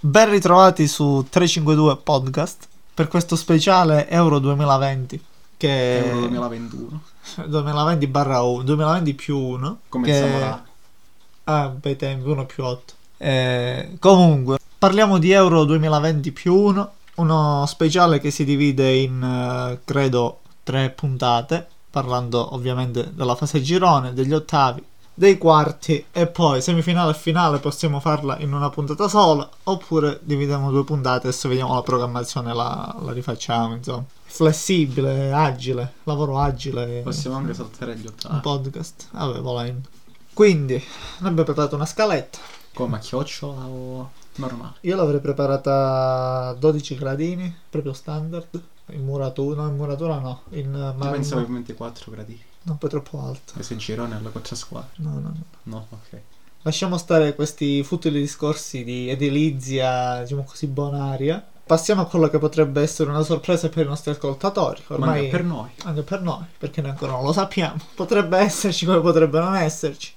Ben ritrovati su 352 Podcast per questo speciale Euro 2020 che Euro 2021. 2020 barra 1 2020 più 1 Come che... diciamo là. Ah, bei tempi, 1 più 8. Eh, comunque, parliamo di Euro 2020 più 1, uno speciale che si divide in, eh, credo, tre puntate, parlando ovviamente della fase girone, degli ottavi, dei quarti e poi semifinale e finale possiamo farla in una puntata sola, oppure dividiamo due puntate e se vediamo la programmazione la, la rifacciamo, insomma. Flessibile, agile, lavoro agile. Possiamo anche saltare gli Un ottavi. podcast, vabbè, volendo. Quindi, noi abbiamo preparato una scaletta. Come a chiocciola o normale? Io l'avrei preparata a 12 gradini, proprio standard. In muratura, no, in muratura no, in eh, Io marmo. pensavo ovviamente 4 gradini. Non poi troppo alto. Questo in girone alla 4 squadre. No, no, no. No, ok. Lasciamo stare questi futili discorsi di edilizia, diciamo così, bonaria. Passiamo a quello che potrebbe essere una sorpresa per i nostri ascoltatori. Ma Ormai anche per noi. anche per noi, perché noi ancora non lo sappiamo. Potrebbe esserci come potrebbe non esserci,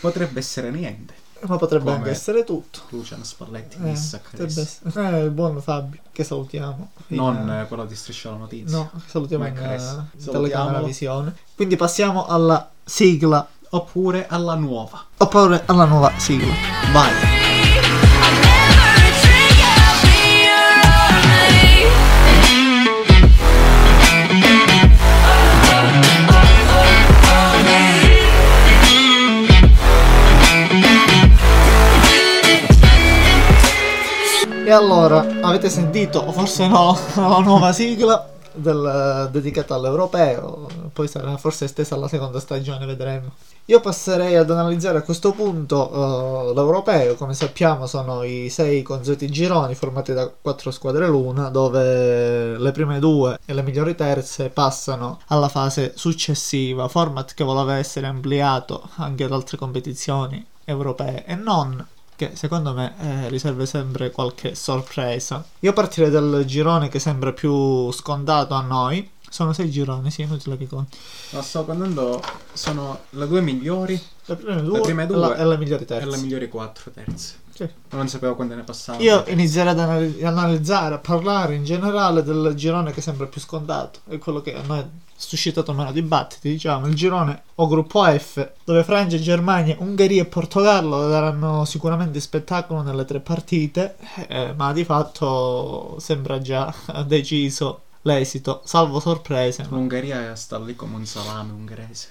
Potrebbe essere niente. ma potrebbe Come- anche essere tutto. Luciano Spalletti, Eh, Nissa, Caressa. potrebbe essere- eh, il buon Fabio, che salutiamo. In- Non eh, quello di Striscia la Notizia. No, che salutiamo Ma in Caressa. eh, Salutiamolo. telecamera visione. Quindi passiamo alla sigla, Oppure alla nuova. oppure alla nuova sigla. Vai. E allora, avete sentito, o forse no, la nuova sigla del- eh, dedicata all'europeo, poi sarà forse estesa alla seconda stagione, vedremo. Io passerei ad analizzare a questo punto eh, l'europeo, come sappiamo sono i sei consueti gironi formati da quattro squadre l'una, dove le prime due e le migliori terze passano alla fase successiva, format che voleva essere ampliato anche ad altre competizioni europee e non che secondo me eh, riserve sempre qualche sorpresa. Io partirei dal girone che sembra più scontato a noi. Sono sei gironi, sì, inutile che conti. No, sto contando. Sono le due migliori Le prime due, prime e due la- e la migliore e le terza. migliori quattro terze. Sì. Ma non sapevo quante ne passavano. Io inizierei ad anal- analizzare, a parlare in generale del girone che sembra più scontato. È quello che a noi ha suscitato meno dibattiti, diciamo. Il girone o gruppo F, dove Francia, Germania, Ungheria e Portogallo daranno sicuramente spettacolo nelle tre partite, eh, ma di fatto sembra già deciso l'esito, salvo sorprese. Mm. ma- L'Ungheria sta lì come un salame ungherese.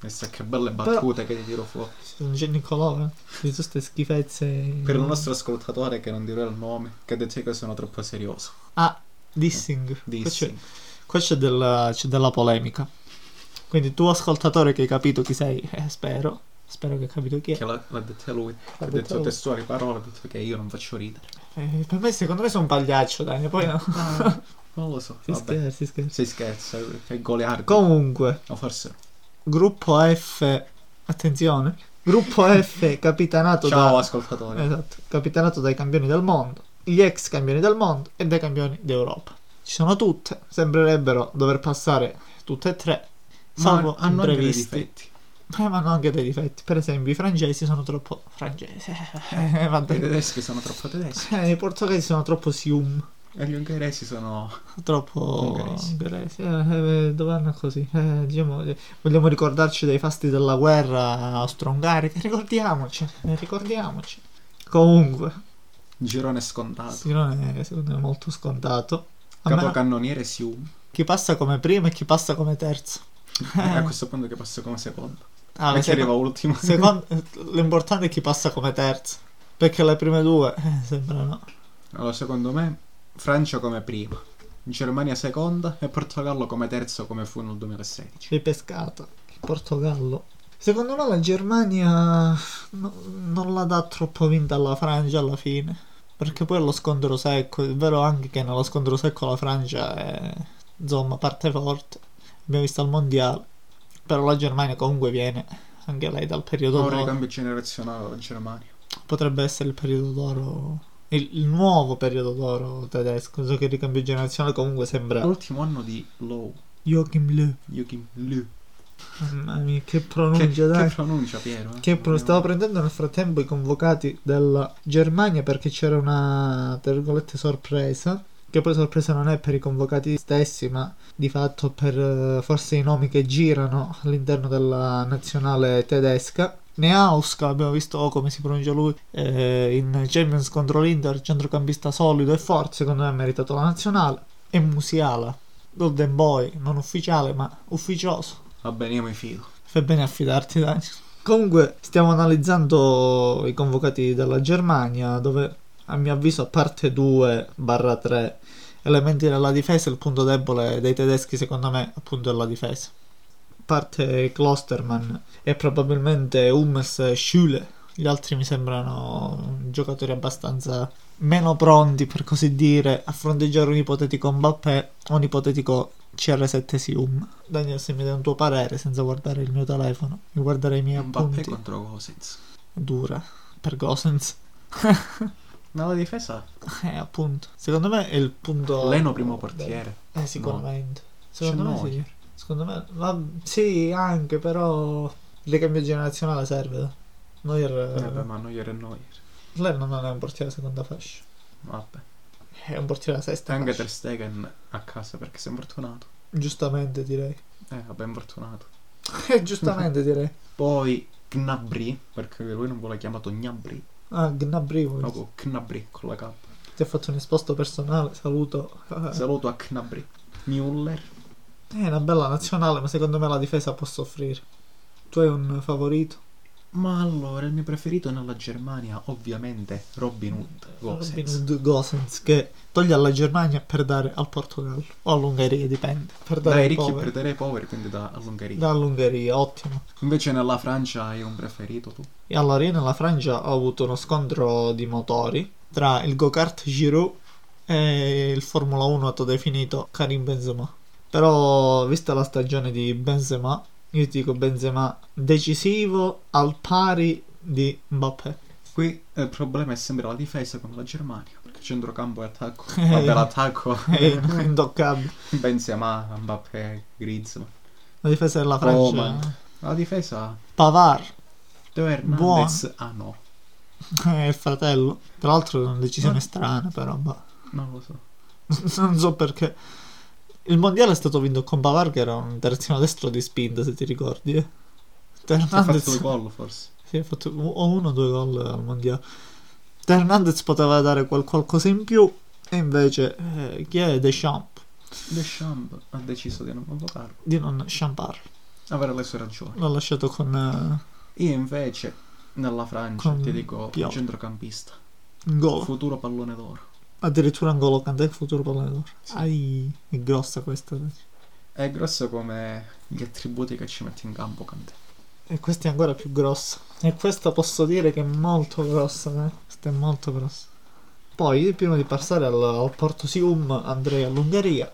Questa che belle battute che ti tiro fuori. Non c'è Niccolò, eh. Di tutte ste schifezze. Per il nostro ascoltatore che non dirò il nome, che ha detto che sono troppo serioso. Ah, dissing. Questo è- Dissi. Qua c'è della, c'è della polemica. Quindi tu ascoltatore che hai capito chi sei, eh, spero, spero che hai capito chi è. Che l'ha, l'ha detto lui. Ha detto detto lui. testuali parole, ha detto che io non faccio ridere. Eh, per me secondo me sono un pagliaccio, Dani, poi no. Non lo so. Ah. Si Vabbè. scherza, si scherza. Si scherza, che goliardo. Comunque, No, forse. gruppo F, attenzione, gruppo F capitanato Ciao da... ascoltatore. Esatto, capitanato dai campioni del mondo, gli ex campioni del mondo e dai campioni d'Europa. Ci sono tutte, sembrerebbero dover passare tutte e tre, salvo Ma hanno anche dei imprevisti. difetti. Eh, ma hanno anche dei difetti. Per esempio, i francesi sono troppo francesi. Eh, I vabbè. tedeschi sono troppo tedeschi. Eh, I portoghesi sono troppo sium. E gli ungheresi sono. Troppo Ungheresi. ungheresi. Eh, eh, dove vanno così? Eh, diciamo, eh, vogliamo ricordarci dei fasti della guerra austro-ungarica. Ricordiamoci, eh, ricordiamoci. Comunque, Girone Ah. scontato. Sirone è secondo me molto scontato. A meno Capocannoniere Sium. chi passa come primo e chi passa come terzo. A questo punto che passo come secondo. Ah, e le che seconde- arriva ultimo. Secondo, l'importante è chi passa come terzo. Perché le prime due eh, sembrano. Allora, secondo me, Francia come prima, Germania seconda e Portogallo come terzo, come fu nel 2016. ripescata. Il Portogallo. Secondo me la Germania no- non la dà troppo vinta alla Francia alla fine. Perché poi è lo scontro secco. È vero anche che nello scontro secco la Francia è insomma parte forte. Abbiamo visto al mondiale. Però la Germania comunque viene anche lei dal periodo Un d'oro. ricambio generazionale alla Germania. potrebbe essere il periodo d'oro. Il, il nuovo periodo d'oro tedesco. So che il Eh. ricambio generazionale comunque sembra L'ultimo anno di Low, Joachim Löw. Joachim Löw, Mamma mia, che Che, pronuncia, dai. che pronuncia Piero? eh? Che pro- stavo prendendo nel frattempo i convocati della Germania perché c'era una tra virgolette sorpresa. Che poi sorpresa non è per i convocati stessi, ma di fatto per eh, forse i nomi che girano all'interno della nazionale tedesca. Neauska, abbiamo visto come si pronuncia lui eh, in Champions contro l'Inter, centrocampista solido e forte, secondo me ha meritato la nazionale. E Musiala, Golden Boy, non ufficiale ma ufficioso. Va bene, io mi fido. Fai bene a fidarti, dai. Comunque, stiamo analizzando i convocati dalla Germania, dove a mio avviso, a parte 2-3 elementi della difesa, il punto debole dei tedeschi, secondo me, appunto, è la difesa. A parte Klosterman e probabilmente Hummels e Schüle, gli altri mi sembrano giocatori abbastanza meno pronti, per così dire, a fronteggiare un ipotetico Mbappé o un ipotetico CR7 Sium. Daniel, se mi dai un tuo parere senza guardare il mio telefono, mi guardare i miei Mbappé appunti. contro Gosens. Dura per Gosens. Ma la difesa? Eh, appunto. Secondo me è il punto. Leno primo portiere. Eh, sicuramente. Secondo C'è me sì. Neuer. Secondo me. va- sì, anche, però. Il ricambio generazionale serve. Neuer. Eh, beh, Eh, ma Neuer e Neuer. Lennon non è un portiere a seconda fascia. Vabbè. È un portiere a sesta. Anche fascia. Ter Stegen a casa perché sei infortunato. Giustamente direi. Eh, vabbè, infortunato. Eh, giustamente direi. Poi Gnabry, perché lui non vuole chiamato Gnabry. Ah, Gnabry vuol Proprio Gnabry con la K. Ti ha fatto un esposto personale, saluto. Eh, Saluto a Gnabry. Müller. È una bella nazionale, ma secondo me la difesa può soffrire. Tu hai un favorito? Ma allora, il mio preferito nella Germania, ovviamente, Robin Hood. Gosens. Robin Hood Gosens, che toglie alla Germania per dare al Portogallo. O all'Ungheria, dipende. Per dare Dai ai ricchi poveri. per dare ai poveri, quindi da all'Ungheria. Dall'Ungheria, ottimo. Invece nella Francia hai un preferito tu? E allora io nella Francia ho avuto uno scontro di motori tra il go-kart Giroud e il Formula 1 autodefinito Karim Benzema. Però, vista la stagione di Benzema, io ti dico Benzema decisivo al pari di Mbappé. Qui eh, il problema è sempre la difesa come la Germania, perché centrocampo e attacco. Vabbè, l'attacco È in- intoccabile. Benzema, Mbappé, Griezmann. La difesa Oh, della Francia. Coman. La difesa Pavar, Teo Hernandez, ah no, eh, il fratello. Tra l'altro è una decisione strana, però. bah. non lo so. non so perché. Il mondiale è stato vinto con Pavar che era un terzino destro di spinta, se ti ricordi. Eh. Teo Ha fatto il Hernandez gol forse. sì, ha fatto u- o uno o due gol al mondiale. Teo Hernandez poteva dare qual- qualcosa in più e invece eh, chi è Deschamps? Deschamps ha deciso di non convocarlo. Di non champarlo. Avrà le sue ragioni. L'ha lasciato con eh, Io invece nella Francia Con Oh. ti dico Pioli. centrocampista, un gol. futuro pallone d'oro. Addirittura un gol Kanté futuro pallone d'oro. Sì. Ai, è grossa questa. dai. È grosso come gli attributi che ci mette in campo Kanté. E questa è ancora più grossa. E questa posso dire che è molto grossa. eh. Questa è molto grossa. Poi, prima di passare al, al Porto Sium, andrei all'Ungheria.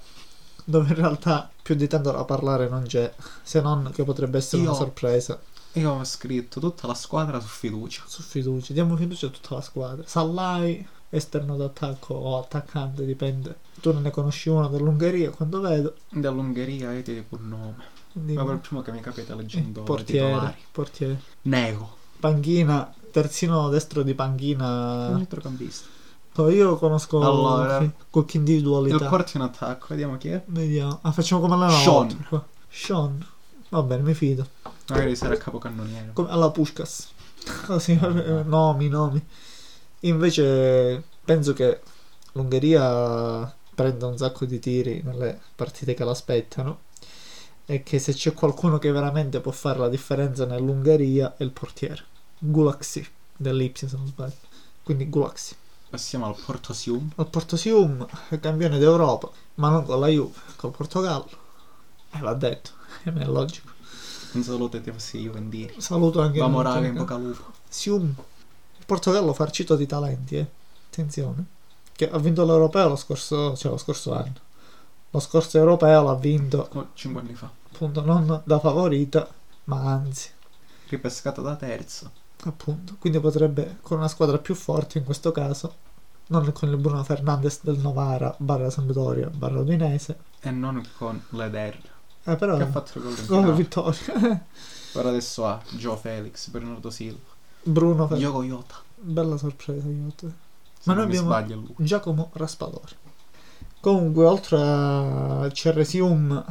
Dove in realtà più di tanto da parlare non c'è. Se non che potrebbe essere Io- una sorpresa. Io ho scritto tutta la squadra su fiducia. Su fiducia. Diamo fiducia a tutta la squadra. Sallai, esterno d'attacco o attaccante, dipende. Tu non ne conosci uno dell'Ungheria quando vedo. Dall'Ungheria io ti dico un nome. Quindi, eh, Ma per il primo che mi capita leggendo i portiere, titolari. portiere. Nego. panchina, terzino destro di panchina. Un centrocampista. Poi Io conosco Allora. sì, qualche Il individualità. quarto in attacco, vediamo chi è. Vediamo. Ah, facciamo come la Sean. volta qua. Sean. Va bene, mi fido. Magari sarà capocannoniere. Come alla Puskas. Così, eh, nomi, nomi. Invece penso che l'Ungheria prenda un sacco di tiri nelle partite che l'aspettano. E che se c'è qualcuno che veramente può fare la differenza nell'Ungheria è il portiere. Gulaxi dell'Ipsia se non sbaglio. Quindi Gulaxi. Passiamo al Porto Sium. Al Porto Sium, campione d'Europa, ma non con la Juve, col Portogallo. E l'ha detto, e me è logico. Un saluto ti fossi io vendire. Saluto anche Vamo il- raga in bocca al lupo. Sium, il Portogallo farcito di talenti, eh. Attenzione. Che ha vinto l'Europeo lo scorso, cioè lo scorso anno. Lo scorso Europeo l'ha vinto, Come 5 anni fa. appunto, non da favorita, ma anzi, Ripescata da terzo. appunto. Quindi potrebbe, con una squadra più forte in questo caso, non con il Bruno Fernandes del Novara, barra Sampdoria, barra Udinese, E non con l'Eder. Eh, però... Che ha fatto il gol in Solo finale. vittoria. Ora adesso ha Joe Felix, Bernardo Silva, Bruno Fer- Diogo Iota. Bella sorpresa, Iota. Se Ma non noi mi abbiamo- sbaglio è lui. Giacomo Raspadori. Comunque, oltre a Ceresium,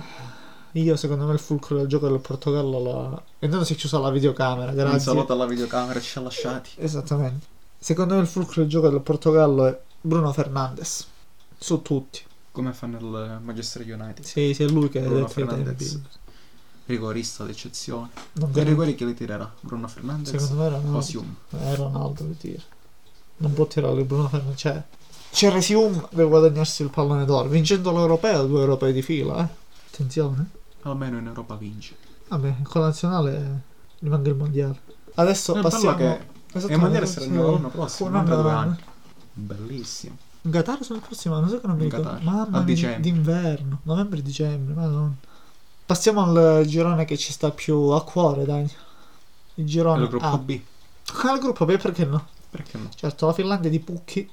io secondo me il fulcro del gioco del Portogallo l'ha... Intanto si è chiusa la videocamera, grazie. Un saluto alla videocamera, ci ha lasciati. Esattamente. Secondo me il fulcro del gioco del Portogallo è Bruno Fernandes. Su tutti. Come fanno il Manchester United. Sì, sì, è lui che ha Bruno detto i Fernandes, tempi. rigorista d'eccezione. Non Per i credo- rigori che li tirerà? Bruno Fernandes Secondo me era o Ronaldo. Sium? Eh, Ronaldo che tira. Non può tirare Bruno Fernandes. Cioè, Ceresium deve guadagnarsi il pallone d'oro. Vincendo l'europeo, due europei di fila, eh. Attenzione. Almeno in Europa vince. Vabbè, con la nazionale rimane il mondiale. Adesso È bello passiamo. che Esattamente, e il mondiale sarà sì. l'anno prossimo, Un non anno tra due avanti. anni. Bellissimo. In Qatar sono il prossimo anno, so che non mi In ricordo. Qatar. Mamma A mia, dicembre. d'inverno, novembre-dicembre, madonna. Passiamo al girone che ci sta più a cuore, dai. Il È girone il gruppo A. B. Ah, il gruppo B perché no? Perché no? Certo, la Finlandia di Pucchi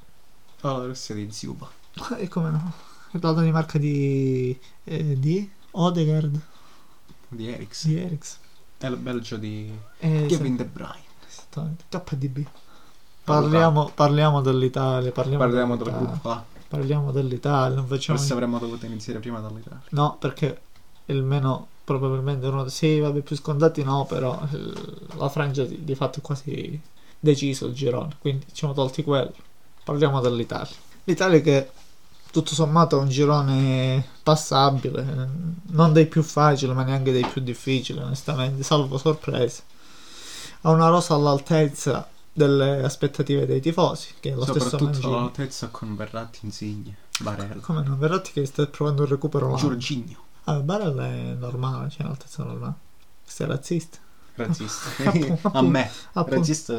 Allora, la Russia di Zuba. e come no? La Danimarca di... eh, di? Odegaard, Di Eriks. di Eriks. E il Belgio di Eh, Kevin De Bruyne. Esattamente. KDB. Parliamo, parliamo dell'Italia, parliamo, Parliamo del dell'Italia, gruppo A. Parliamo dell'Italia, non facciamo... Forse avremmo dovuto iniziare prima dall'Italia. No, perché il meno probabilmente uno... Sì, vabbè, più scontati no, però il- la Francia di, di fatto è quasi deciso il girone, quindi ci siamo tolti quello. Parliamo dell'Italia. L'Italia che tutto sommato è un girone passabile, eh, non dei più facili ma neanche dei più difficili, onestamente, salvo sorprese. Ha una rosa all'altezza delle aspettative dei tifosi, che è lo stesso Soprattutto Mangini. all'altezza con Berratti, Insigne, Barella, Come non Verratti che sta provando il recupero là. Giorginio. Ah, Barella è normale, cioè altezza normale. Questo è razzista. Razzista. Appunto, A me. Appunto, Razzista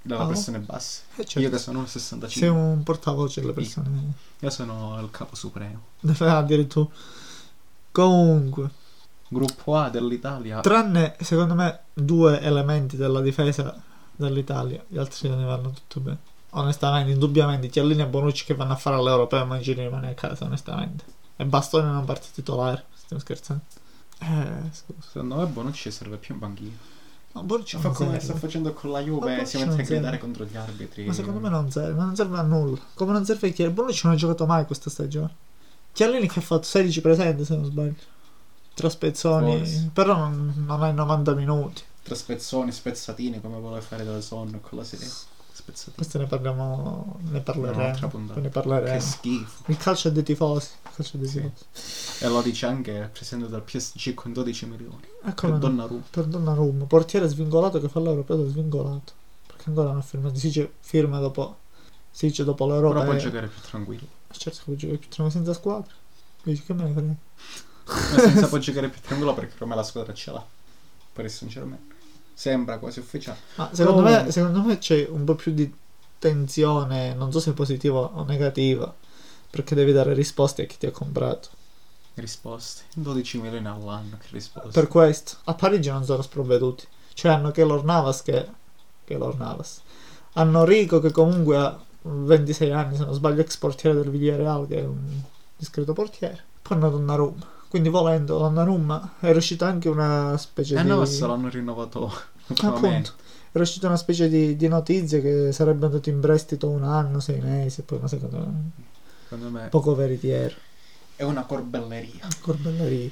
dalla Ah. persona bassa. eh, certo. Io che sono un sei 65. un portavoce delle persone. Io sono il capo supremo. Ah, Addirittura. Comunque, Gruppo A dell'Italia. tranne secondo me due elementi della difesa dell'Italia, gli altri se ne vanno tutto bene. Onestamente, indubbiamente, Chiellini e Bonucci che vanno a fare all'Europeo e Mancini rimane a casa, onestamente. E Bastone non parte titolare, stiamo scherzando. Eh, scusa. Secondo me Bonucci serve più in banchina. No, Bonucci Ci fa non come serve. sta facendo con la Ah, Ma Juve, Bonucci si mette a non serve. gridare contro gli arbitri. Ma secondo me non serve, ma non serve a nulla. Come non serve Chiellini. Bonucci non ha giocato mai questa stagione. Chiellini che ha fatto 16 presenti se non sbaglio. Tra spezzoni. Forse. Però non, non hai 90 minuti. Tra spezzoni, spezzatini, come vuole fare da sonno con la serie. Spezzatini. Questo ne parliamo. Ne Un'altra parleremo. puntata. ne Che parleremo. schifo. Il calcio è dei tifosi. Il calcio è dei Sì. tifosi. E lo dice anche il presidente del PSG con 12 milioni. Ecco Per per, Donnarumma. per Donnarumma. Portiere svingolato che fa l'europeo svingolato. Perché ancora non ha firmato. Si dice firma dopo. Si dice dopo l'Europa. Però può giocare più tranquillo. Certo che può giocare più tranquillo senza squadra. Dici che me ne frega. Ma senza può giocare più tranquillo perché ormai la squadra ce l'ha. Per il sinceramente. Sembra quasi ufficiale. Ma secondo, Comunque. me, secondo me c'è un po' più di tensione, non so se positiva o negativa, perché devi dare risposte a chi ti ha comprato. Risposte. 12 milioni all'anno, che risposte. Per questo, a Parigi non sono sprovveduti. Cioè hanno Keylor Navas che... Keylor Navas. Hanno Rico che comunque ha 26 anni, se non sbaglio, ex portiere del Villarreal, che è un discreto portiere. Poi hanno Donnarumma. Quindi volendo Donnarumma è riuscita anche una specie E di... Eh, no, se l'hanno rinnovato. Appunto, ultimamente. è uscita una specie di, di notizia che sarebbe andato in prestito un anno, sei mesi, poi ma secondo me Eh. Secondo me poco veritiero, è una corbelleria. corbelleria.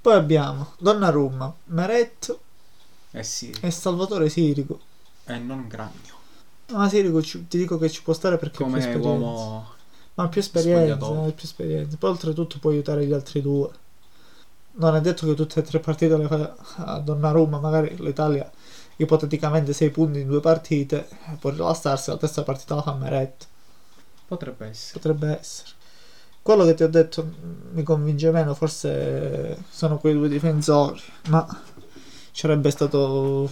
Poi abbiamo Donnarumma, Meret Eh sì, e Salvatore Sirico. e non Gragno. Ma Sirico ci- ti dico che ci può stare perché ha più Come esperienza. uomo Ma ha più esperienza, spogliatoio. ha più esperienza. Poi oltretutto può aiutare gli altri due. Non è detto che tutte e tre partite le fa a Donnarumma, magari l'Italia ipoteticamente 6 punti in due partite, può rilassarsi, la terza partita la fa Meret. potrebbe essere. Potrebbe essere. Quello che ti ho detto mh, mi convince meno, forse sono quei due difensori, ma ci sarebbe stato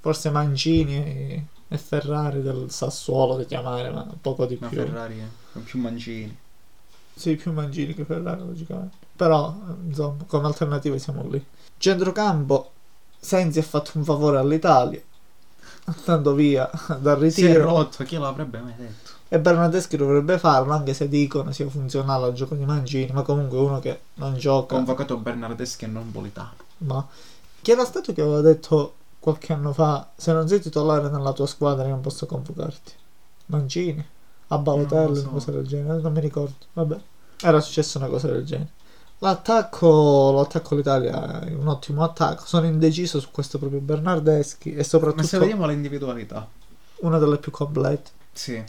forse Mancini e- e Ferrari del Sassuolo da chiamare, ma poco di Ma più. Ferrari è più mancini. Sì, più Mancini che Ferrari, logicamente. Però, eh, insomma, come alternative siamo lì. Centrocampo, Sensi ha fatto un favore all'Italia, andando via dal Si è ritiro. rotto, chi l'avrebbe mai detto? E Bernardeschi dovrebbe farlo, anche se dicono sia funzionale al gioco di Mancini, ma comunque uno che non gioca. Convocato Bernardeschi e non Politano. Ma chi era stato che aveva detto qualche anno fa: Se non sei titolare nella tua squadra, io non posso convocarti? Mancini, a Non lo Balotelli, so. una cosa del genere. Non mi ricordo. Vabbè, era successa una cosa del genere. L'attacco, l'attacco all'Italia è un ottimo attacco. Sono indeciso su questo proprio Bernardeschi e Ma se soprattutto vediamo le individualità, una delle più complete. sì,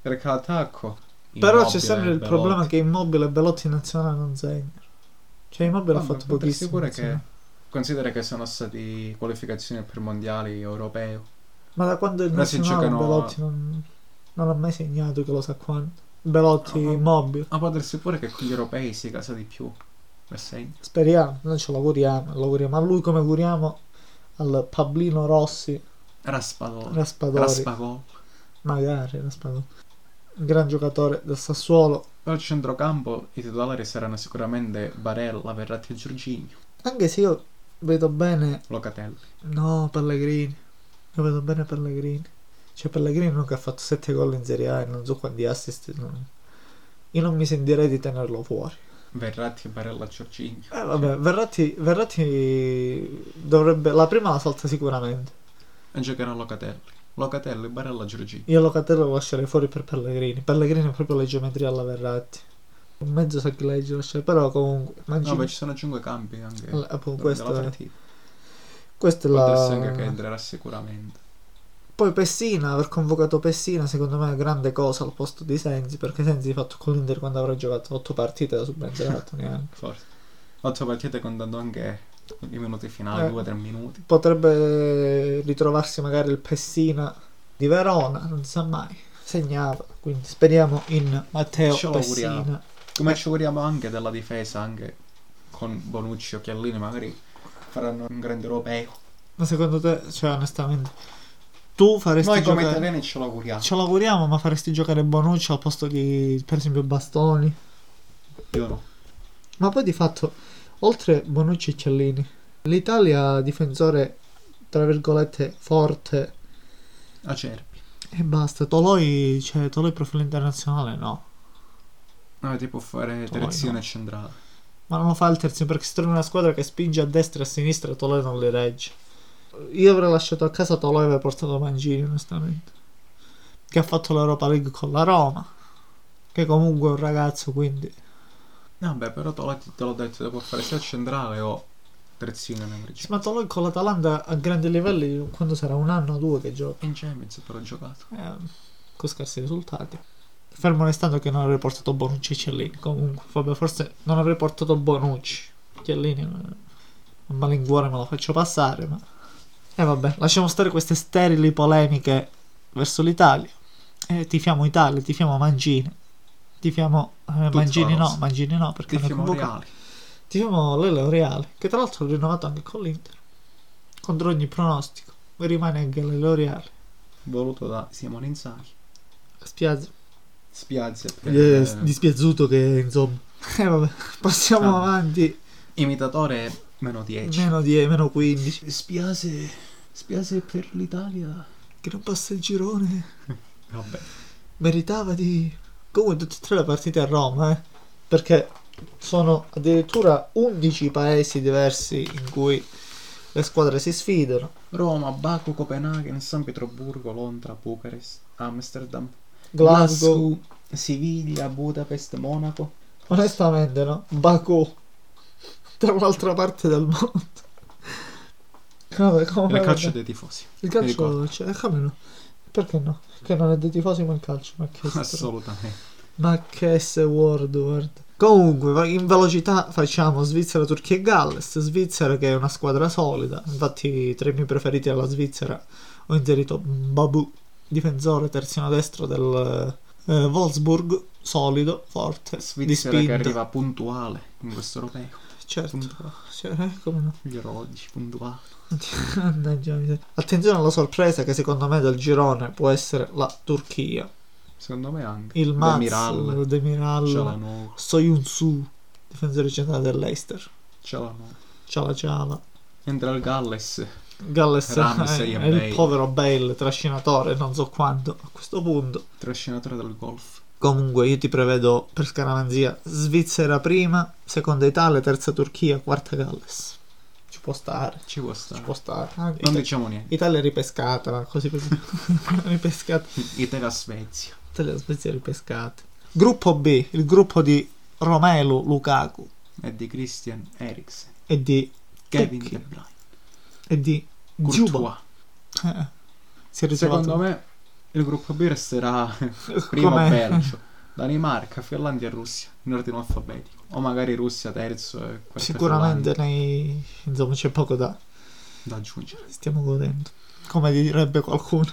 perché l'attacco. Però Immobile, c'è sempre il Belotti. problema che Immobile e Bellotti in nazionale non segnano. Cioè Immobile ha Vabbè, fatto potresti pochissimo. pure in nazionale. che considera che sono stati qualificazioni per mondiali europeo. Ma da quando il Ora si nazionale giocano- Belotti non, non ha mai segnato che lo sa quando. Belotti No. Immobile. Ma può darsi pure che con gli europei si casa di più. Per segno. Speriamo, noi ce l'auguriamo, l'auguriamo a lui come auguriamo al Pablino Rossi, Raspadori. Raspadori, Raspagol. magari Raspadori. Un gran giocatore del Sassuolo, Al centrocampo i titolari saranno sicuramente Barella, Verratti e Giorginio. anche se io vedo bene Locatelli. No, Pellegrini. Io vedo bene Pellegrini. Cioè, Pellegrini è uno che ha fatto 7 gol in Serie A e non so quanti assist. non- Io non mi sentirei di tenerlo fuori. Verratti e Barella Giorginio. Eh, vabbè, Verratti, Verratti dovrebbe. La prima la salta sicuramente. E giocherà Locatelli. Locatelli, Barella, Giorginio. Io Locatello lo lascerei fuori per Pellegrini. Pellegrini è proprio la geometria alla Verratti. Un mezzo sacchileggio lasciare. Però comunque. No, Mancini- beh, ci sono 5 campi anche. Eh, appunto, durante questa, la è- partita. questa è Può la. darsi anche che entrerà sicuramente. Poi Pessina, aver convocato Pessina secondo me è una grande cosa al posto di Sensi, perché Sensi ha fatto con l'Inter quando avrà giocato 8 partite da subentrato neanche. Forse. 8 partite contando anche i minuti finali, Eh. 2-3 minuti. Potrebbe ritrovarsi magari il Pessina di Verona, non si sa mai. Segnava, quindi speriamo in Matteo Ce lo auguriamo. Pessina. Come ci auguriamo anche della difesa, anche con Bonucci e Occhiallini magari faranno un grande europeo. Ma secondo te, cioè onestamente, tu faresti Noi come giocare... italiani ce lo auguriamo. Ce l'auguriamo, ma faresti giocare Bonucci al posto di, per esempio, Bastoni? Io no. Ma poi di fatto, oltre Bonucci e Cellini, l'Italia difensore tra virgolette forte Ah, Acerbi. e basta. Toloi, cioè Toloi profilo internazionale no. No, ti può fare Poi terzino no. e centrale. Ma non lo fa il terzino perché si trova una squadra che spinge a destra e a sinistra Toloi non le regge. Io avrei lasciato a casa Toloi e avrei portato Mangini, onestamente. Che ha fatto l'Europa League con la Roma. Che comunque è un ragazzo, quindi... Vabbè, però te l'ho, te l'ho detto, ti può fare sia centrale o terzino in Sì, emergenza. Ma Toloi con l'Atalanta a grandi livelli, quando sarà un anno o due che gioca? In Champions però ho giocato. Eh, con scarsi risultati. Fermo restando che non avrei portato Bonucci e Cellini. Comunque, vabbè, forse non avrei portato Bonucci. Cellini, eh, a malincuore me lo faccio passare, ma... E vabbè, lasciamo stare queste sterili polemiche verso l'Italia. Eh, tifiamo Italia, tifiamo Mangini. Tifiamo... eh, Tutta Mangini la no, nostra. Mangini no, perché Ti non è fiamo convocato. reali. Tifiamo Lele Reale, che tra l'altro ha rinnovato anche con l'Inter. Contro ogni pronostico. Rimane anche Lele Reale. Voluto da Simone Inzaghi. Spiazza. Spiazza per... Ed è s- dispiaciuto che insomma. Eh vabbè, passiamo Ah. avanti. Imitatore meno 10. Meno 10, meno 15. Spiace, spiace per l'Italia. Che non passa il girone. Vabbè. Meritava di. Comunque tutte e tre le partite a Roma, eh. Perché sono addirittura 11 i paesi diversi in cui le squadre si sfidano. Roma, Baku, Copenaghen, San Pietroburgo, Londra, Bucarest, Amsterdam, Glasgow. Siviglia, Budapest, Monaco. Onestamente, no? Baku. Da un'altra parte del mondo. Come, come, Il calcio dei tifosi. Il Mi ricordo. calcio, cioè, come no? Perché no? Che non è dei tifosi ma il calcio, ma che stro- Assolutamente. Ma che S word, guarda. Comunque, va- in velocità facciamo Svizzera, Turchia e Galles. Svizzera che è una squadra solida, infatti tra i miei preferiti alla Svizzera ho inserito Babu, difensore terzino destro del eh, Wolfsburg, solido, forte, Svizzera di che spinta. arriva puntuale in questo europeo. Certo, Puntuale. cioè, eh, come no? Gli orologi, puntuale. Mannaggia la miseria. Attenzione alla sorpresa che secondo me del girone può essere la Turchia. Secondo me anche. il Maz, Demiral, Demiral Cialanova, Soyuncu, difensore centrale dell'Eister, Cialanova. Ciala Ciala, Entra il Galles, Galles Ramos eh, e è Bale. il povero Bale trascinatore, non so quanto a questo punto. Trascinatore del golf. Comunque io ti prevedo per scaramanzia Svizzera prima, seconda Italia, terza Turchia, quarta Galles. Ci può stare, Ci può ci stare. può stare. Anche Non Ita- diciamo niente. Italia ripescata, così per... ripescata. Italia Svezia. Italia Svezia ripescata. Gruppo B, il gruppo di Romelu Lukaku E di Christian Eriksen. e di, Kevin Tucchi. De Bruyne. e di Giuba. Courtois. Eh, si è ritrovato. Secondo me il gruppo B resterà primo Com'è? Belgio, Danimarca, Finlandia e Russia, in ordine alfabetico. O magari Russia terzo e quarta Sicuramente Finlandia nei... insomma c'è poco da... da aggiungere. Stiamo godendo. Come direbbe qualcuno.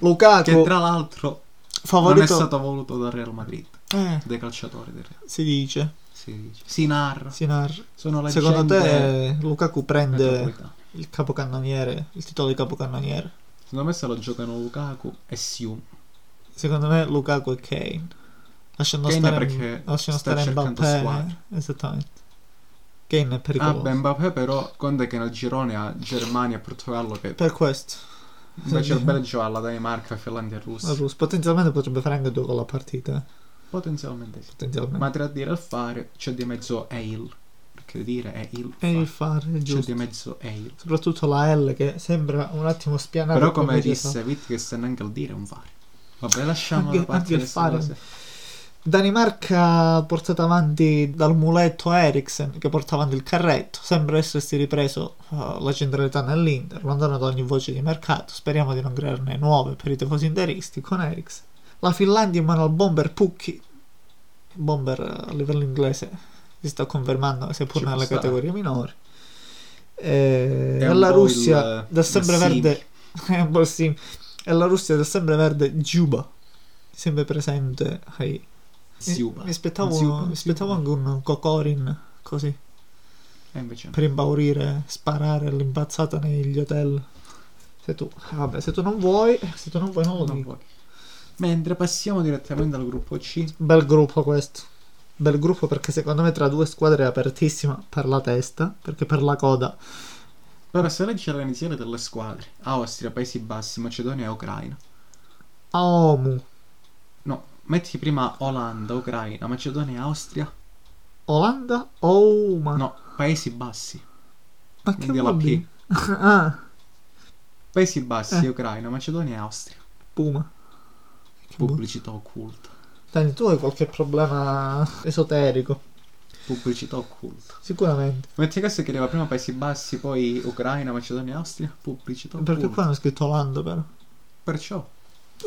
Lukaku, Che tra l'altro non è favorito... stato voluto dal Real Madrid, Eh, dai calciatori del Real. si dice. Si, dice. si narra. Sinar. Sono la Secondo te gente Lukaku prende metropolitana. il capocannoniere, il titolo di capocannoniere? Secondo me se lo giocano Lukaku e Sium. Secondo me Lukaku e Kane. Lasciando Kane stare, perché lasciando sta stare cercando Mbappé. eh, squadra. Esattamente. Kane è Ah, pericoloso. beh, Mbappé però conta che nel girone ha Germania e Portogallo che per questo. invece sì. il Belgio ha la Danimarca, Finlandia e La Russia. Rus- potenzialmente potrebbe fare anche due con la partita. eh. Potenzialmente sì. Potenzialmente. Ma tra dire e fare c'è di mezzo Eil. Perché dire è il. e il fa. fare, è C'è giusto. di mezzo Eil. Soprattutto la L che sembra un attimo spianata. Però come ci sa. disse Wittgenstein anche il dire è un fare. Vabbè, lasciamo Anche- da parte anche il queste fare. cose. Danimarca portata avanti dal muletto Eriksen che porta avanti il carretto. Sembra essersi ripreso eh, la centralità nell'Inter, lontano da ogni voce di mercato. Speriamo di non crearne nuove per i tifosi interisti con Eriksen. La Finlandia in mano al bomber Pucchi. Il bomber eh, a livello inglese si sta confermando seppur Ci può nelle stare. categorie minori. E, È un alla po' il, Russia eh, da sempre il simile. verde è un po' sì. E la Russia del sempre verde Giuba, sempre presente ai... Mi, Ziuba. mi aspettavo, Ziuba, mi aspettavo Ziuba. anche un Cocorin così, E invece no. per impaurire, sparare all'impazzata negli hotel. Se tu, vabbè, se tu non vuoi, se tu non vuoi non lo Non dico. vuoi. Mentre passiamo direttamente al gruppo C. Bel gruppo questo. Bel gruppo perché secondo me tra due squadre è apertissima per la testa, perché per la coda. Però se leggi l'iniziale delle squadre. Austria, Paesi Bassi, Macedonia e Ucraina. Aomu, No, metti prima Olanda, Ucraina, Macedonia e Austria. Olanda, Ouma. No, Paesi Bassi. Ma che Quindi la vuol P. dire? ah, Paesi Bassi, Eh. Ucraina, Macedonia e Austria. Puma. Che bu- Pubblicità occulta. Dani, tu hai qualche problema esoterico, Pubblicità occulta. sicuramente. Metti caso che arriva prima Paesi Bassi, poi Ucraina, Macedonia, Austria. Pubblicità occulta. Perché qua hanno scritto Olanda, però. Perciò.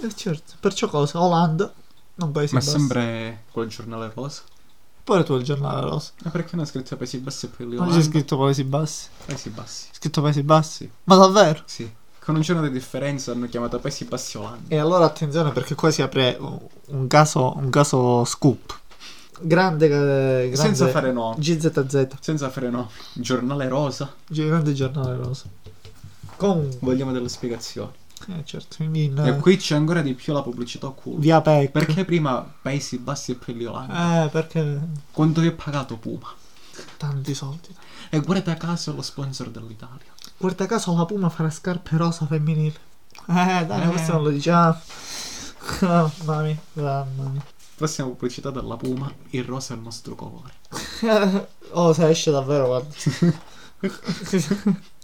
Eh, certo. Perciò cosa? Olanda, non paese Ma bassi. sempre quel giornale rosa. Pure tu il giornale rosa. Ma perché non ha scritto Paesi Bassi e poi Non Olanda? c'è scritto paesi bassi. Paesi Bassi. C'è scritto paesi bassi. Sì, Ma davvero? sì. Con un giorno di differenza hanno chiamato Paesi Bassi Olanda. E allora attenzione perché qua si apre un un caso, un caso scoop. Grande, eh, grande Senza fare no. GZZ, Senza fare no. Giornale rosa. gi- grande giornale rosa. Comunque, Vogliamo delle spiegazioni. eh, certo, quindi in E eh, qui c'è ancora di più la pubblicità occulta. via PEC. Perché prima Paesi Bassi e poi Olanda? Eh, perché Quanto vi ha pagato Puma? tanti soldi. E guarda caso è lo sponsor dell'Italia. Guarda caso la Puma farà scarpe rosa femminile. Eh, dai, Eh. questo non lo diciamo. Ah, mamma mia, mamma mia. Prossima pubblicità dalla Puma, il rosa è il nostro colore. Oh, se esce davvero, guarda.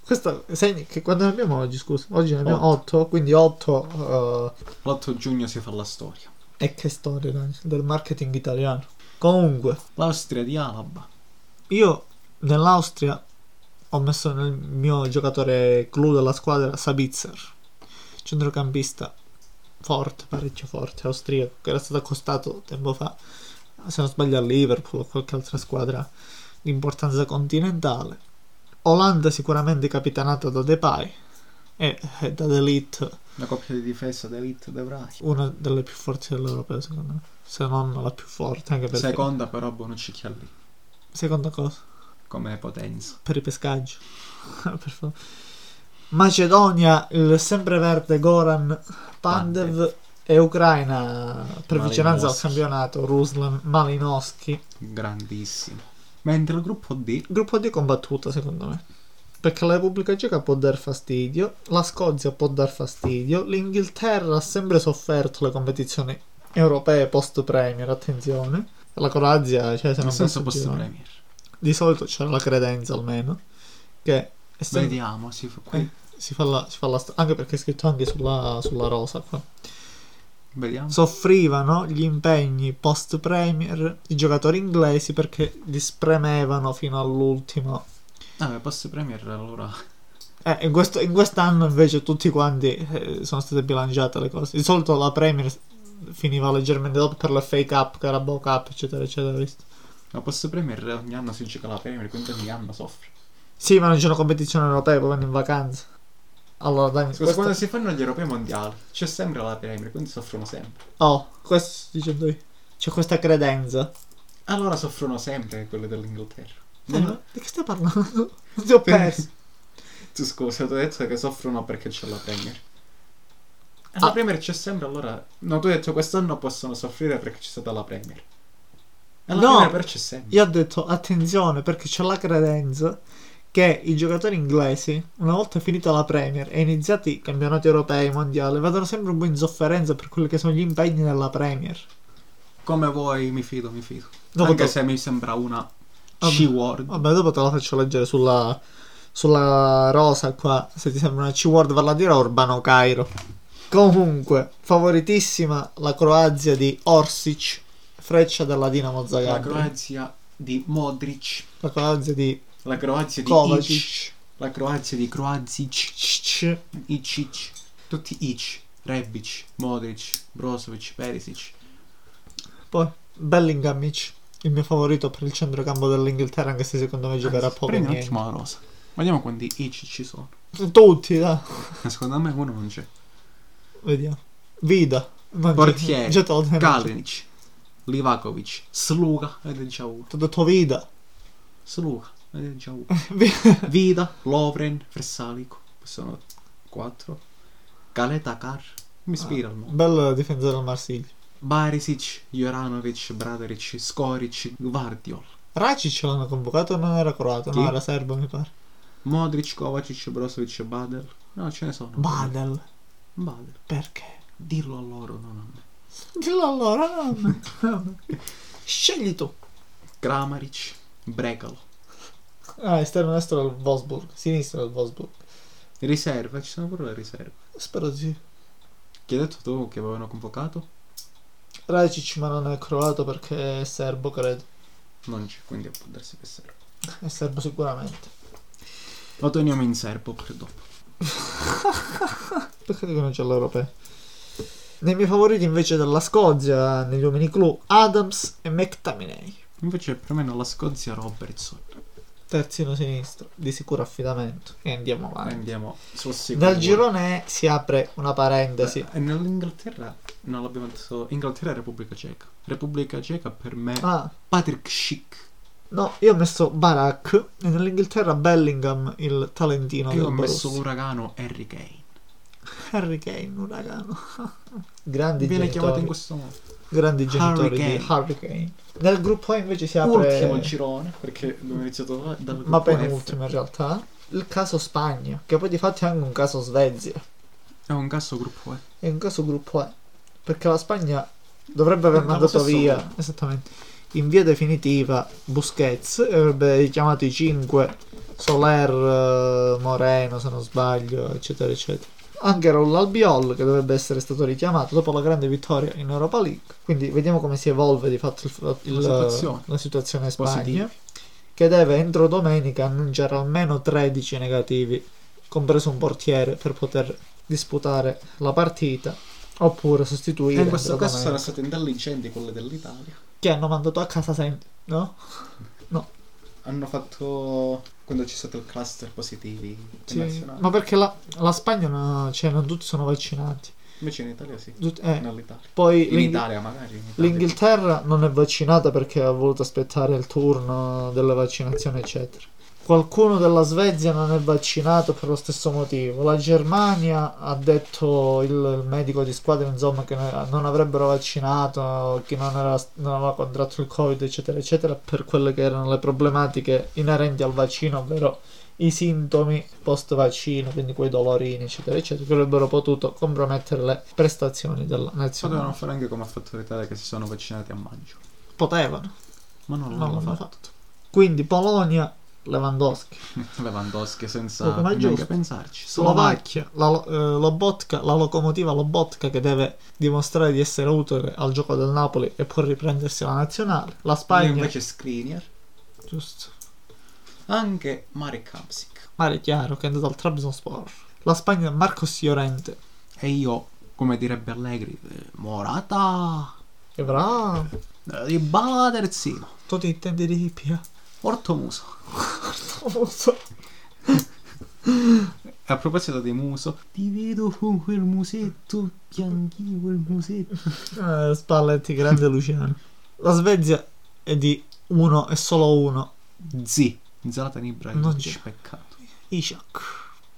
Questo segni che quando ne abbiamo oggi, scusa? Oggi ne abbiamo 8, quindi 8 L'8 giugno si fa la storia. e che storia dai, del marketing italiano. Comunque, L'Austria di Alaba. io nell'Austria ho messo nel mio giocatore clou della squadra Sabitzer, centrocampista forte, parecchio forte, austriaco, che era stato accostato tempo fa, se non sbaglio a Liverpool o qualche altra squadra di importanza continentale. Olanda sicuramente capitanata da Depay e, e da De Ligt, La coppia di difesa d'elite De Vrij. una delle più forti dell'Europeo secondo me, se non la più forte anche perché... Seconda però Bonucci Chialli. seconda cosa. Come potenza. per il pescaggio. per favore. Macedonia, il sempreverde Goran Pandev Pandev. e Ucraina per vicinanza al Malinovski. campionato Ruslan Malinowski. Grandissimo. Mentre il gruppo D, Gruppo D combattuto secondo me. Perché la Repubblica Ceca può dar fastidio, la Scozia può dar fastidio, l'Inghilterra ha sempre sofferto le competizioni europee post-Premier, attenzione. La Croazia, cioè, se non Nel posso senso post dire- premier. Di solito c'è la credenza almeno, che essendo- Vediamo, sì, fu- qui. si fa la, si fa la st- anche perché è scritto anche sulla, sulla rosa qua. Vediamo. soffrivano gli impegni post Premier i giocatori inglesi perché li spremevano fino all'ultimo. Ah, beh, post premier allora. Eh, in, questo- in quest'anno invece tutti quanti eh, sono state bilanciate le cose. Di solito la Premier finiva leggermente dopo per la FA Cup, Carabao Cup, eccetera, eccetera. Visto? La post premier ogni anno si gioca la premier, quindi ogni anno soffre. Sì, ma non c'è una competizione europea, poi vanno in vacanza. Allora, dai, Scusa, questo- quando si fanno gli europei mondiali c'è sempre la premier, quindi soffrono sempre. Oh, questo sto dicendo io. C'è questa credenza. Allora soffrono sempre quelle dell'Inghilterra. Eh, ma di che stai parlando? Ti ho perso. Tu scusa, tu hai detto che soffrono perché c'è la Premier. E La Ah. Premier c'è sempre, allora. No, tu hai detto quest'anno possono soffrire perché c'è stata la Premier. E la No. Premier però c'è sempre. Io ho detto attenzione perché c'è la credenza che i giocatori inglesi, una volta finita la Premier e iniziati i campionati europei, mondiali, vadano sempre un po' in sofferenza per quelli che sono gli impegni della Premier. Come vuoi, mi fido, mi fido. Dopo Anche te- se mi sembra una Oh, Vabbè. C-word. Vabbè, dopo te la faccio leggere sulla, sulla rosa qua, se ti sembra una C-Word parla di Urbano Cairo. Comunque, favoritissima la Croazia di Orsic, freccia della Dinamo La Zagabria. Croazia di Modric. La Croazia di La Croazia di Ic. Kovacic. La Croazia di Croazic. Cic. Icic. Tutti Ic. Rebic. Modric. Brozovic. Perisic. Poi Bellinghamich, il mio favorito per il centrocampo dell'Inghilterra, anche se secondo me giocherà Anzi, poco. e Prendi un niente. attimo la rosa. Vediamo quanti Ic ci sono. Tutti, dai. Secondo me uno non c'è. Vediamo. Vida. Non c'è- Portiere. Già te lo sei mangiato. Kalinic, Livakovic, Sluga, ed è già uno. Ti ho detto Vida. Sluga, ed è già uno. Vi- Vida, Lovren, Versalico, sono quattro. Caleta Kar, mi ispira il nome. Bella difesa del Marsiglia. Barisic, Joranovic, Braderic, Skoric, Gvardiol. Racic ce l'hanno convocato, non era croato, Chi? no, era serbo mi pare. Modric, Kovacic, Brozovic, Badel. No, ce ne sono. Badel. Badel. Perché? Dillo a loro, non a me. Dillo allora. no, no, no. Scegli tu. Kramaric, Bregalo. Ah, esterno destro del Wolfsburg. Sinistro del Wolfsburg. Riserva, ci sono pure le riserve. Spero di sì. Chi ha detto tu che avevano convocato? Racic, ma non è croato perché è serbo, credo. Non c'è, quindi può darsi che serve. È serbo sicuramente. Lo teniamo in serbo per dopo. Perché dicono c'è l'europeo? Nei miei favoriti invece della Scozia, negli uomini clou, Adams e McTaminay. Invece per me nella Scozia Robertson. Terzino sinistro, di sicuro affidamento. E andiamo avanti. Andiamo sul sicuro. Dal girone E si apre una parentesi. Eh, Nell'Inghilterra non l'abbiamo detto. Inghilterra e Repubblica Ceca. Repubblica Ceca per me Ah, Patrick Schick. no, io ho messo Barak e nell'Inghilterra Bellingham, il talentino E io ho del messo Borussia. l'uragano Harry Kane. Harry Kane, uragano. grandi Viene chiamato genitori, in questo modo. grandi Harry genitori di Kane. Harry Kane. Nel gruppo A invece si apre... Ultimo girone, perché abbiamo iniziato da- dal ma gruppo F. penultimo in realtà, eh? il caso Spagna, che poi di fatto è anche un caso Svezia, È un caso gruppo E. è un caso gruppo E, perché la Spagna dovrebbe aver Eh, mandato lo stesso via, gruppo. esattamente, in via definitiva Busquets, e avrebbe richiamato i 5, Soler, eh, Moreno se non sbaglio, eccetera eccetera. Anche Raul Albiol che dovrebbe essere stato richiamato dopo la grande vittoria in Europa League. Quindi vediamo come si evolve di fatto il- il- La situazione. la situazione in Spagna. Positivi. che deve entro domenica annunciare almeno 13 negativi, compreso un portiere, per poter disputare la partita oppure E sostituire Eh, in questo entro caso sono domenica. state intelligenti quelle dell'Italia. che hanno mandato a casa sempre, no? Hanno fatto. Quando c'è stato il cluster positivi Sì, internazionali. Ma perché la, la Spagna no- cioè, non tutti sono vaccinati. Invece in Italia sì. Tut- eh, Nell'Italia. Poi In l'Ing- Italia magari. in Italia. l'Inghilterra non è vaccinata perché ha voluto aspettare il turno delle vaccinazioni, eccetera. Qualcuno della Svezia non è vaccinato per lo stesso motivo. La Germania ha detto il, il medico di squadra, insomma, che ne- non avrebbero vaccinato chi non, era- non aveva contratto il Covid, eccetera, eccetera, per quelle che erano le problematiche inerenti al vaccino, ovvero i sintomi post vaccino, quindi quei dolorini, eccetera, eccetera, che avrebbero potuto compromettere le prestazioni della Potevano nazionale. fare anche come ha fatto l'Italia che si sono vaccinati a maggio. Potevano. Ma non Non l'hanno l'hanno fatto. Quindi Polonia, Lewandowski, Lewandowski senza Oh, ma è neanche giusto. pensarci. Slovacchia, la, lo- eh, Lobotka, la locomotiva Lobotka che deve dimostrare di essere utile al gioco del Napoli e può riprendersi la nazionale. La Spagna. Spagna, invece Skriniar. giusto. Anche Marek Kapsik. Mare chiaro che è andato al Trabzonspor. La Spagna, Marcos Llorente. E io, come direbbe Allegri, eh, Morata. Che bravo. eh, Dybala terzino. Ah, Tu ti intendi di Pia? Ortomuso. Non lo so. A proposito di muso, ti vedo con quel musetto, che anch'io quel musetto. Eh, Spalletti, grande Luciano. La Svezia è di uno e solo uno. Zi, Zlatan Non Ibrahimovic, c'è. peccato. Isaac.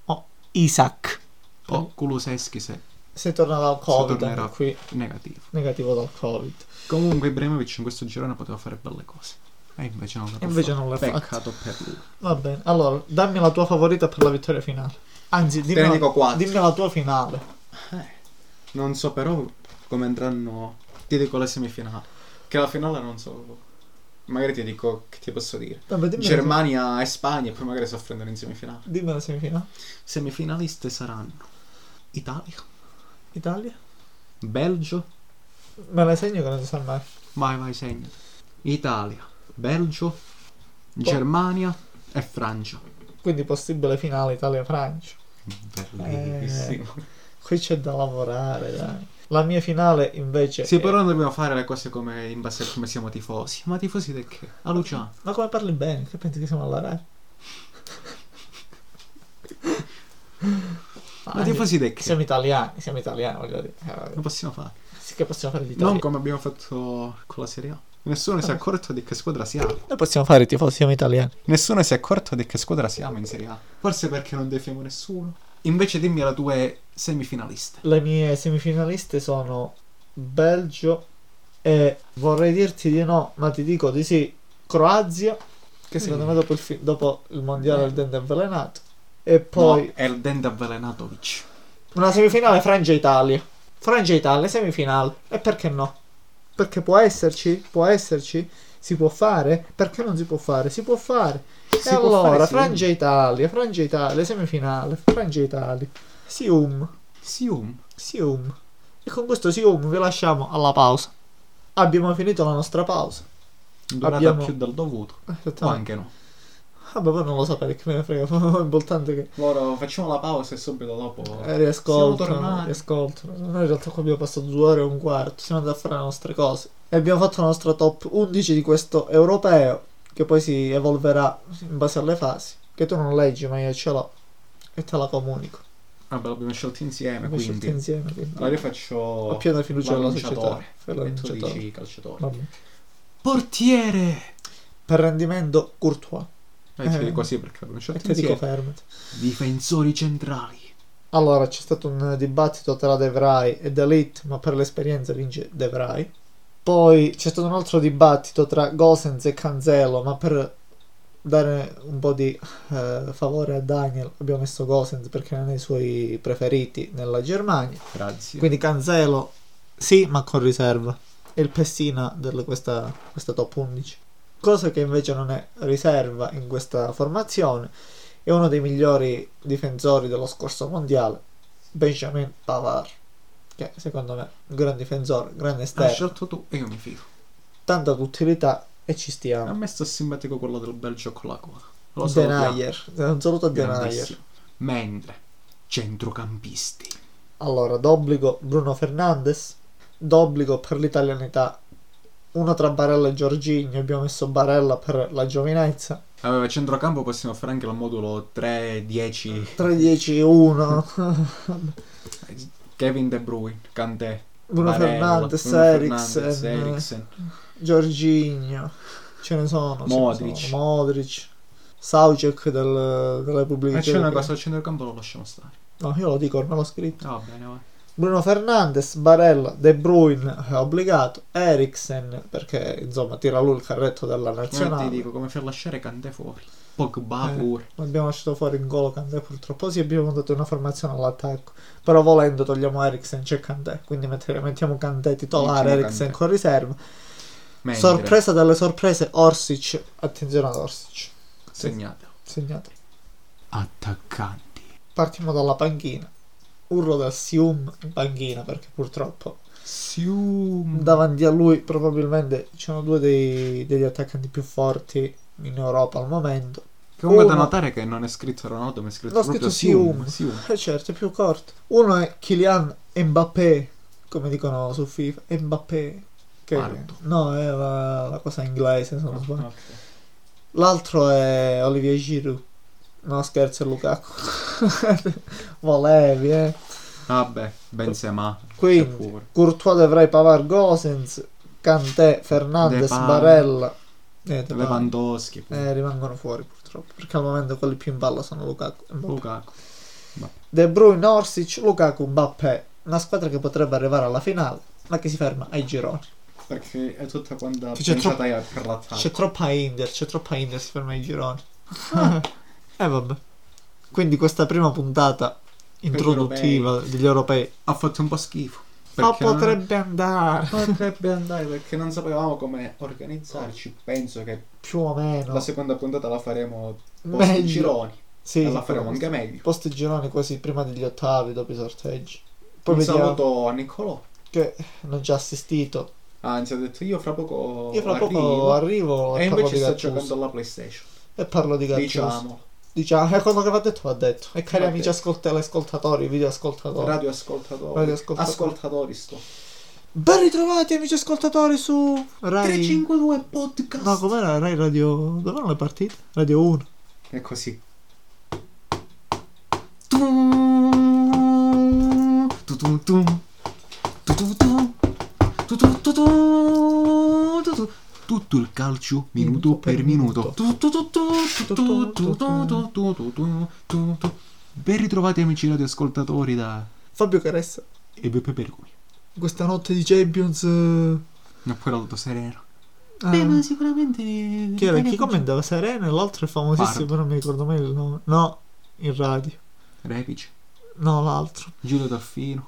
Oh, Isaac. Oh, Kuluseschi se Se torna dal Covid, tornerà. anche qui negativo. negativo dal Covid. Comunque Ibrahimovic in questo girone poteva fare belle cose. E invece non le E invece non l'ha fatto. Peccato per lui. Va bene, allora dammi la tua favorita per la vittoria finale. Anzi, dimmi, ne la, dico quattro. dimmi la tua finale. Non so però come andranno. Ti dico la semifinale. Che la finale non so. Magari ti dico che ti posso dire. Vabbè, dimmi, la, Germania e Spagna e poi magari si affrontano in semifinale. dimmi la semifinale. Semifinaliste saranno Italia, Italia? Belgio. Me la segno che non si sa mai. Vai, vai, segna. Italia, Belgio, Oh. Germania e Francia. Quindi possibile finale Italia-Francia. Eh. Bellissimo. Qui c'è da lavorare, dai. La mia finale invece... Sì, è- però non dobbiamo fare le cose come in base a come siamo tifosi. Ma tifosi di che? A Luciano. Ma come parli bene? Che pensi che siamo alla Rai? Ah, Ma tifosi di che? Siamo italiani, siamo italiani, voglio dire. Eh, vabbè. Non possiamo fare. Sì che possiamo fare l'Italia. Non come abbiamo fatto con la Serie A. Nessuno Ah. si è accorto di che squadra siamo. Noi possiamo fare i tifosi, siamo italiani. Nessuno si è accorto di che squadra siamo in Serie A. Forse perché non defiamo nessuno. Invece dimmi le tue semifinaliste. Le mie semifinaliste sono Belgio e vorrei dirti di no, ma ti dico di sì, Croazia, che secondo Mm. me dopo il, fi- dopo il mondiale del dente avvelenato. E poi... No, è il Dende Avvelenatovic. Una semifinale Francia-Italia. Francia-Italia, semifinale. E perché no? Perché può esserci, può esserci, si può fare. Perché non si può fare? Si può fare. Si e può allora, fare, sì. Francia-Italia, Francia-Italia, semifinale, Francia-Italia. Sium, Sium. sium. E con questo sium vi lasciamo alla pausa. Abbiamo finito la nostra pausa. Durata Abbiamo- più del dovuto. O Esattamente. anche no. Ah, Vabbè, voi non lo sapete che me ne frega, è importante che Ora facciamo la pausa e subito dopo. Eh, Siamo riascoltano, tornati. riascoltano. Noi in realtà qua abbiamo passato due ore e un quarto, siamo andati a fare le nostre cose. E abbiamo fatto la nostra top 11 di questo europeo, che poi si evolverà in base alle fasi, che tu non leggi ma io ce l'ho e te la comunico. Vabbè, l'abbiamo scelto insieme, Abbiamo scelto Ah, quindi. insieme, quindi. Allora io faccio. Ho piena fiducia nella società. l'annunciatore. Fai E tu l'annunciatore. dici calciatore. Vabbè. Portiere! Per rendimento Courtois. Eh, ti Eh. dico sì perché l'abbiamo E scelto ti dico insieme. fermati. Difensori centrali. Allora, c'è stato un dibattito tra De Vrij e Dalit, ma per l'esperienza vince De Vrij. Poi c'è stato un altro dibattito tra Gosens e Canzello, ma per dare un po' di eh, favore a Daniel abbiamo messo Gosens perché è uno dei suoi preferiti nella Germania. Grazie. Quindi Canzello sì, ma con riserva. È il Pessina di questa, questa top 11. Cosa che invece non è riserva in questa formazione è uno dei migliori difensori dello scorso mondiale, Benjamin Pavard, che secondo me è un gran difensore, grande L'hai esterno, scelto tu e io mi fido. tanta utilità e ci A stiamo. me sta simpatico quello del Belgio con la coda. Lo so. Denayer, un saluto a Denayer. Mentre centrocampisti. Allora, d'obbligo Bruno Fernandes, d'obbligo per l'italianità, uno tra Barella e Giorginio, abbiamo messo Barella per la giovinezza, Allora, centrocampo possiamo fare anche il modulo Mm. 3-10. 3-10-1, Kevin De Bruyne, Kanté. Bruno Barella, Fernandes, Bruno Fernandes, Eriksen, Eriksen. Giorginio, ce ne sono. ce ne Modric. sono. Modric. Saucek del, della Ma Repubblica c'è una Ceca. cosa, il centrocampo lo lasciamo stare. No, io lo dico, ormai l'ho scritto. Va bene, va. Bruno Fernandes, Barella, De Bruyne, è obbligato. Eriksen, perché insomma tira lui il carretto della Io ti nazionale. dico come far lasciare Kanté fuori. Pogba Eh. pure. L'abbiamo lasciato fuori in gol Kanté purtroppo. Sì, abbiamo dato una formazione all'attacco. Però volendo togliamo Eriksen, c'è Kanté. Quindi mettere- mettiamo Kanté titolare, Mettiamo Eriksen Kanté. con riserva. Mentre, Sorpresa dalle sorprese, Orsic. Attenzione ad Orsic. Segnatelo. Segnate. Attaccanti. Partiamo dalla panchina. Urlo da Sium in panchina perché purtroppo Sium. davanti a lui probabilmente ci sono due dei- degli attaccanti più forti in Europa al momento. Comunque da Uno- notare che non è scritto Ronaldo, ma è scritto L'ho proprio scritto Sium. Sium. Sium. Eh certo, è più corto. Uno è Kylian Mbappé, come dicono su FIFA, Mbappé. Che Parto. no, è la, la cosa inglese, se non Ah, sbaglio. ok. L'altro è Olivier Giroud. No, scherzo, è Lukaku. Volevi, eh. Vabbè, Benzema. c'è Quindi, pure. Courtois Devray Pavar Gosens, Kanté, De Fernandez, Paul. Barella. Eh, De Paul. Lewandowski. pure. Eh, rimangono fuori purtroppo, perché al momento quelli più in ballo sono Lukaku e Mbappé. Lukaku. De Bruyne, Orsic, Lukaku, Mbappé. Una squadra che potrebbe arrivare alla finale, ma che si ferma ai gironi. Perché è tutta quanta Che c'è pensata io per l'attacco. C'è troppa Inter, c'è troppa Inter, si ferma ai gironi. Ah. e vabbè. Quindi questa prima puntata introduttiva degli europei. Ha fatto un po' schifo. Ma Perché non- Ah, potrebbe andare. potrebbe andare perché non sapevamo come organizzarci. Penso che Più o meno. la seconda puntata la faremo post Meglio. gironi. Sì, e la sì, faremo post- anche meglio. Post gironi quasi prima degli ottavi, dopo i sorteggi. Poi Un vediamo saluto a Niccolò. che non ci ha assistito. Anzi, ha detto io fra poco. Io fra Oh, arrivo. poco arrivo E e parlo invece di sto Gattuso. giocando alla PlayStation. E parlo di Gattuso. Diciamo. Diciamo, è quello che va detto va detto. E cari Va amici detto. ascolt- teleascoltatori, videoascoltatori. radioascoltatori. Radioascoltatori. Ascoltatori sto. Ben ritrovati amici ascoltatori su Rai... 352 podcast. No, com'era Rai Radio... Dove erano le partite? Radio 1. È così. Tutto il calcio minuto per minuto. Ben ritrovati amici radioascoltatori da Fabio Caressa. e Beppe Bergomi. Questa notte di Champions... eh, Non poi l'auto sereno. ah, Beh, Eh, ma sicuramente chi era? Chi commentava? Serena e l'altro è famosissimo, Bardo. però non mi ricordo mai il nome. No, in radio. Repic, No, l'altro. Giulio Taffino.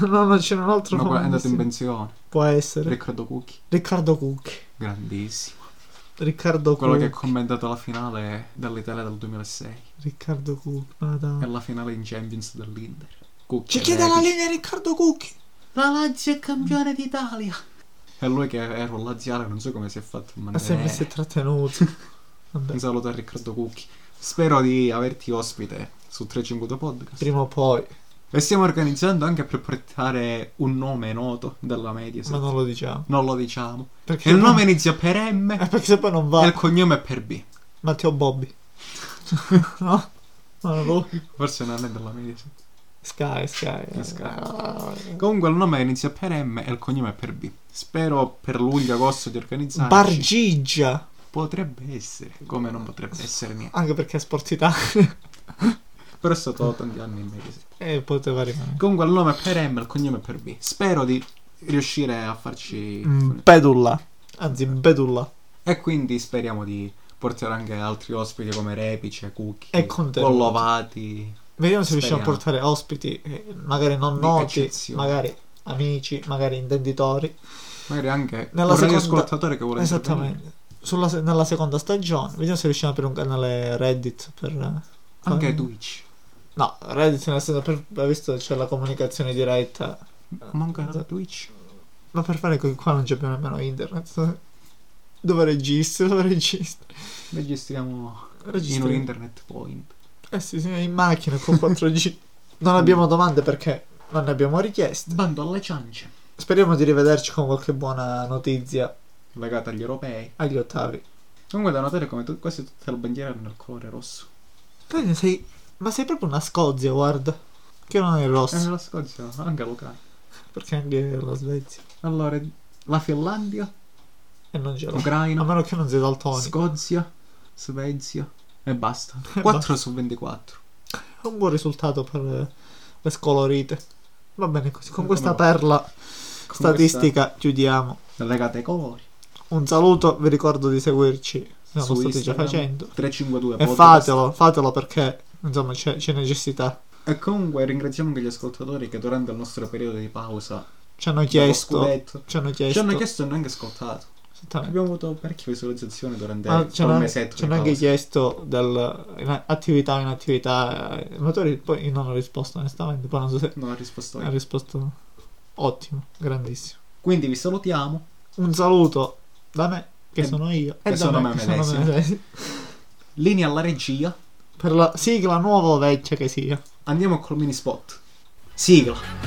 no, no, c'era un altro No, quello è andato famosissimo. in pensione. Può essere. Riccardo Cucchi. Riccardo Cucchi. Grandissimo. Riccardo Quello che ha Cucchi. commentato la finale dall'Italia del 2006 Riccardo Cucchi, e madonna. la finale in Champions dell'Inter. Cucchi Ci chiede Rebic. la linea Riccardo Cucchi. La Lazio è campione d'Italia. E lui che era un laziale, non so come si è fatto a Ma si è mantenere. messo trattenuto. Vabbè, Un saluto a Riccardo Cucchi. Spero di averti ospite su 352 Podcast. prima o poi. E stiamo organizzando anche per portare un nome noto della media. Ma non lo diciamo. Non lo diciamo. Perché E il se poi- Esatto. nome inizia per M Eh, e perché se poi non va. il cognome è per B. Matteo Bobby. no? No, lui. Forse non è della media. Sky, Sky. Eh, Sky. Ah, Comunque il nome inizia per M e il cognome è per B. Spero per luglio agosto di organizzarci. Bargigia. potrebbe essere, come non potrebbe essere niente. Anche perché è sportità. Però è stato tanti anni in mese. e poteva rimanere. Comunque il nome è per M e il cognome è per B. Spero di riuscire a farci Mm. Bedulla. Anzi, Bedulla. e quindi speriamo di portare anche altri ospiti come Repice, Cucchi, E contenuti. Collovati. Vediamo se riusciamo a Speriamo. portare ospiti, eh, magari non Di noti, eccezione. magari amici, magari intenditori. Magari anche Nella un seconda- radioascoltatore che vuole intervenire. Esattamente. Sulla se- nella seconda stagione, vediamo se riusciamo a aprire un canale Reddit per... eh, Anche fare- Twitch. No, Reddit nel senso per... hai visto c'è la comunicazione diretta, Ma anche esatto. Twitch. ma per fare così qua non c'è più nemmeno internet. Dove registri, dove registri? Registriamo in un Registri. internet point. eh sì, sì, in macchina con 4G. non abbiamo domande perché non ne abbiamo richieste. Bando alle ciance. Speriamo di rivederci con qualche buona notizia Legata agli europei. agli ottavi. Comunque da notare come tu- quasi tutte le bandiere hanno il colore rosso. Poi ne sei... Ma sei proprio una scozia, guarda. Che non è il E rosso, la Scozia, anche l'Ucraina. perché anche la Svezia. Allora, la Finlandia, E non c'è la... A Ucraina, meno che non sei daltonico. Scozia, Svezia e basta. E 4 su 24. È un buon risultato per eh, le scolorite. Va bene così. Con Eh, Come questa no. perla Con statistica chiudiamo. questa- Legate ai colori. Un saluto, vi ricordo di seguirci No, su lo state già Instagram, facendo. 352 E podcast. fatelo, fatelo perché, insomma, c'è, c'è necessità. E comunque ringraziamo anche gli ascoltatori che durante il nostro periodo di pausa Ci hanno dopo chiesto. scudetto, Ci hanno ci chiesto. hanno chiesto e non anche ascoltato. Esattamente. Abbiamo avuto parecchie visualizzazioni durante Ah, ci hanno un anche- mesetto. ci hanno di anche pausa. chiesto del, in attività in attività. eh, Matori poi io non ho risposto onestamente, poi non so se Non ha risposto. ha io. risposto ottimo, grandissimo. Quindi vi salutiamo. Un saluto da me, che E- sono io, Eh, da e Eh, sono me che medesimo. medesimo. Linea alla regia. Per la sigla nuova o vecchia che sia. Andiamo col mini spot. Sigla.